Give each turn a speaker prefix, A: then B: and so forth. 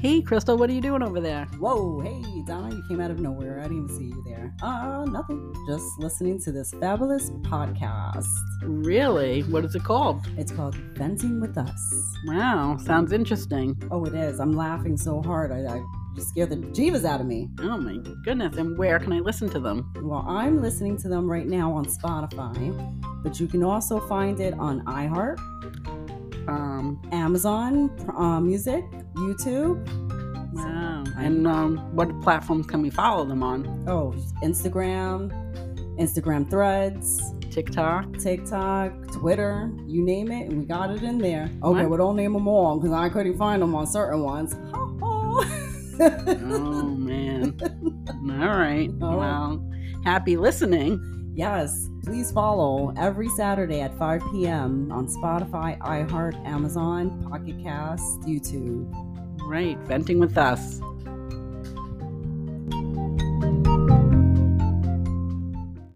A: Hey, Crystal, what are you doing over there?
B: Whoa, hey, Donna, you came out of nowhere. I didn't even see you there. Uh, nothing. Just listening to this fabulous podcast.
A: Really? What is it called?
B: It's called Venting with Us.
A: Wow, sounds interesting.
B: Oh, it is. I'm laughing so hard. I, I you scared the jeevas out of me.
A: Oh my goodness, and where can I listen to them?
B: Well, I'm listening to them right now on Spotify, but you can also find it on iHeart,
A: Um,
B: Amazon uh, Music, YouTube,
A: wow. And um, what platforms can we follow them on?
B: oh, Instagram, Instagram Threads.
A: TikTok?
B: TikTok, Twitter, you name it, and we got it in there. Okay,
A: What?
B: well, don't name them all because I couldn't find them on certain ones.
A: Oh man. All right.
B: All right.
A: Well, happy listening.
B: yes, please follow every Saturday at 5 p.m. on Spotify, iHeart, Amazon, Pocket Cast, YouTube.
A: Right, venting with us.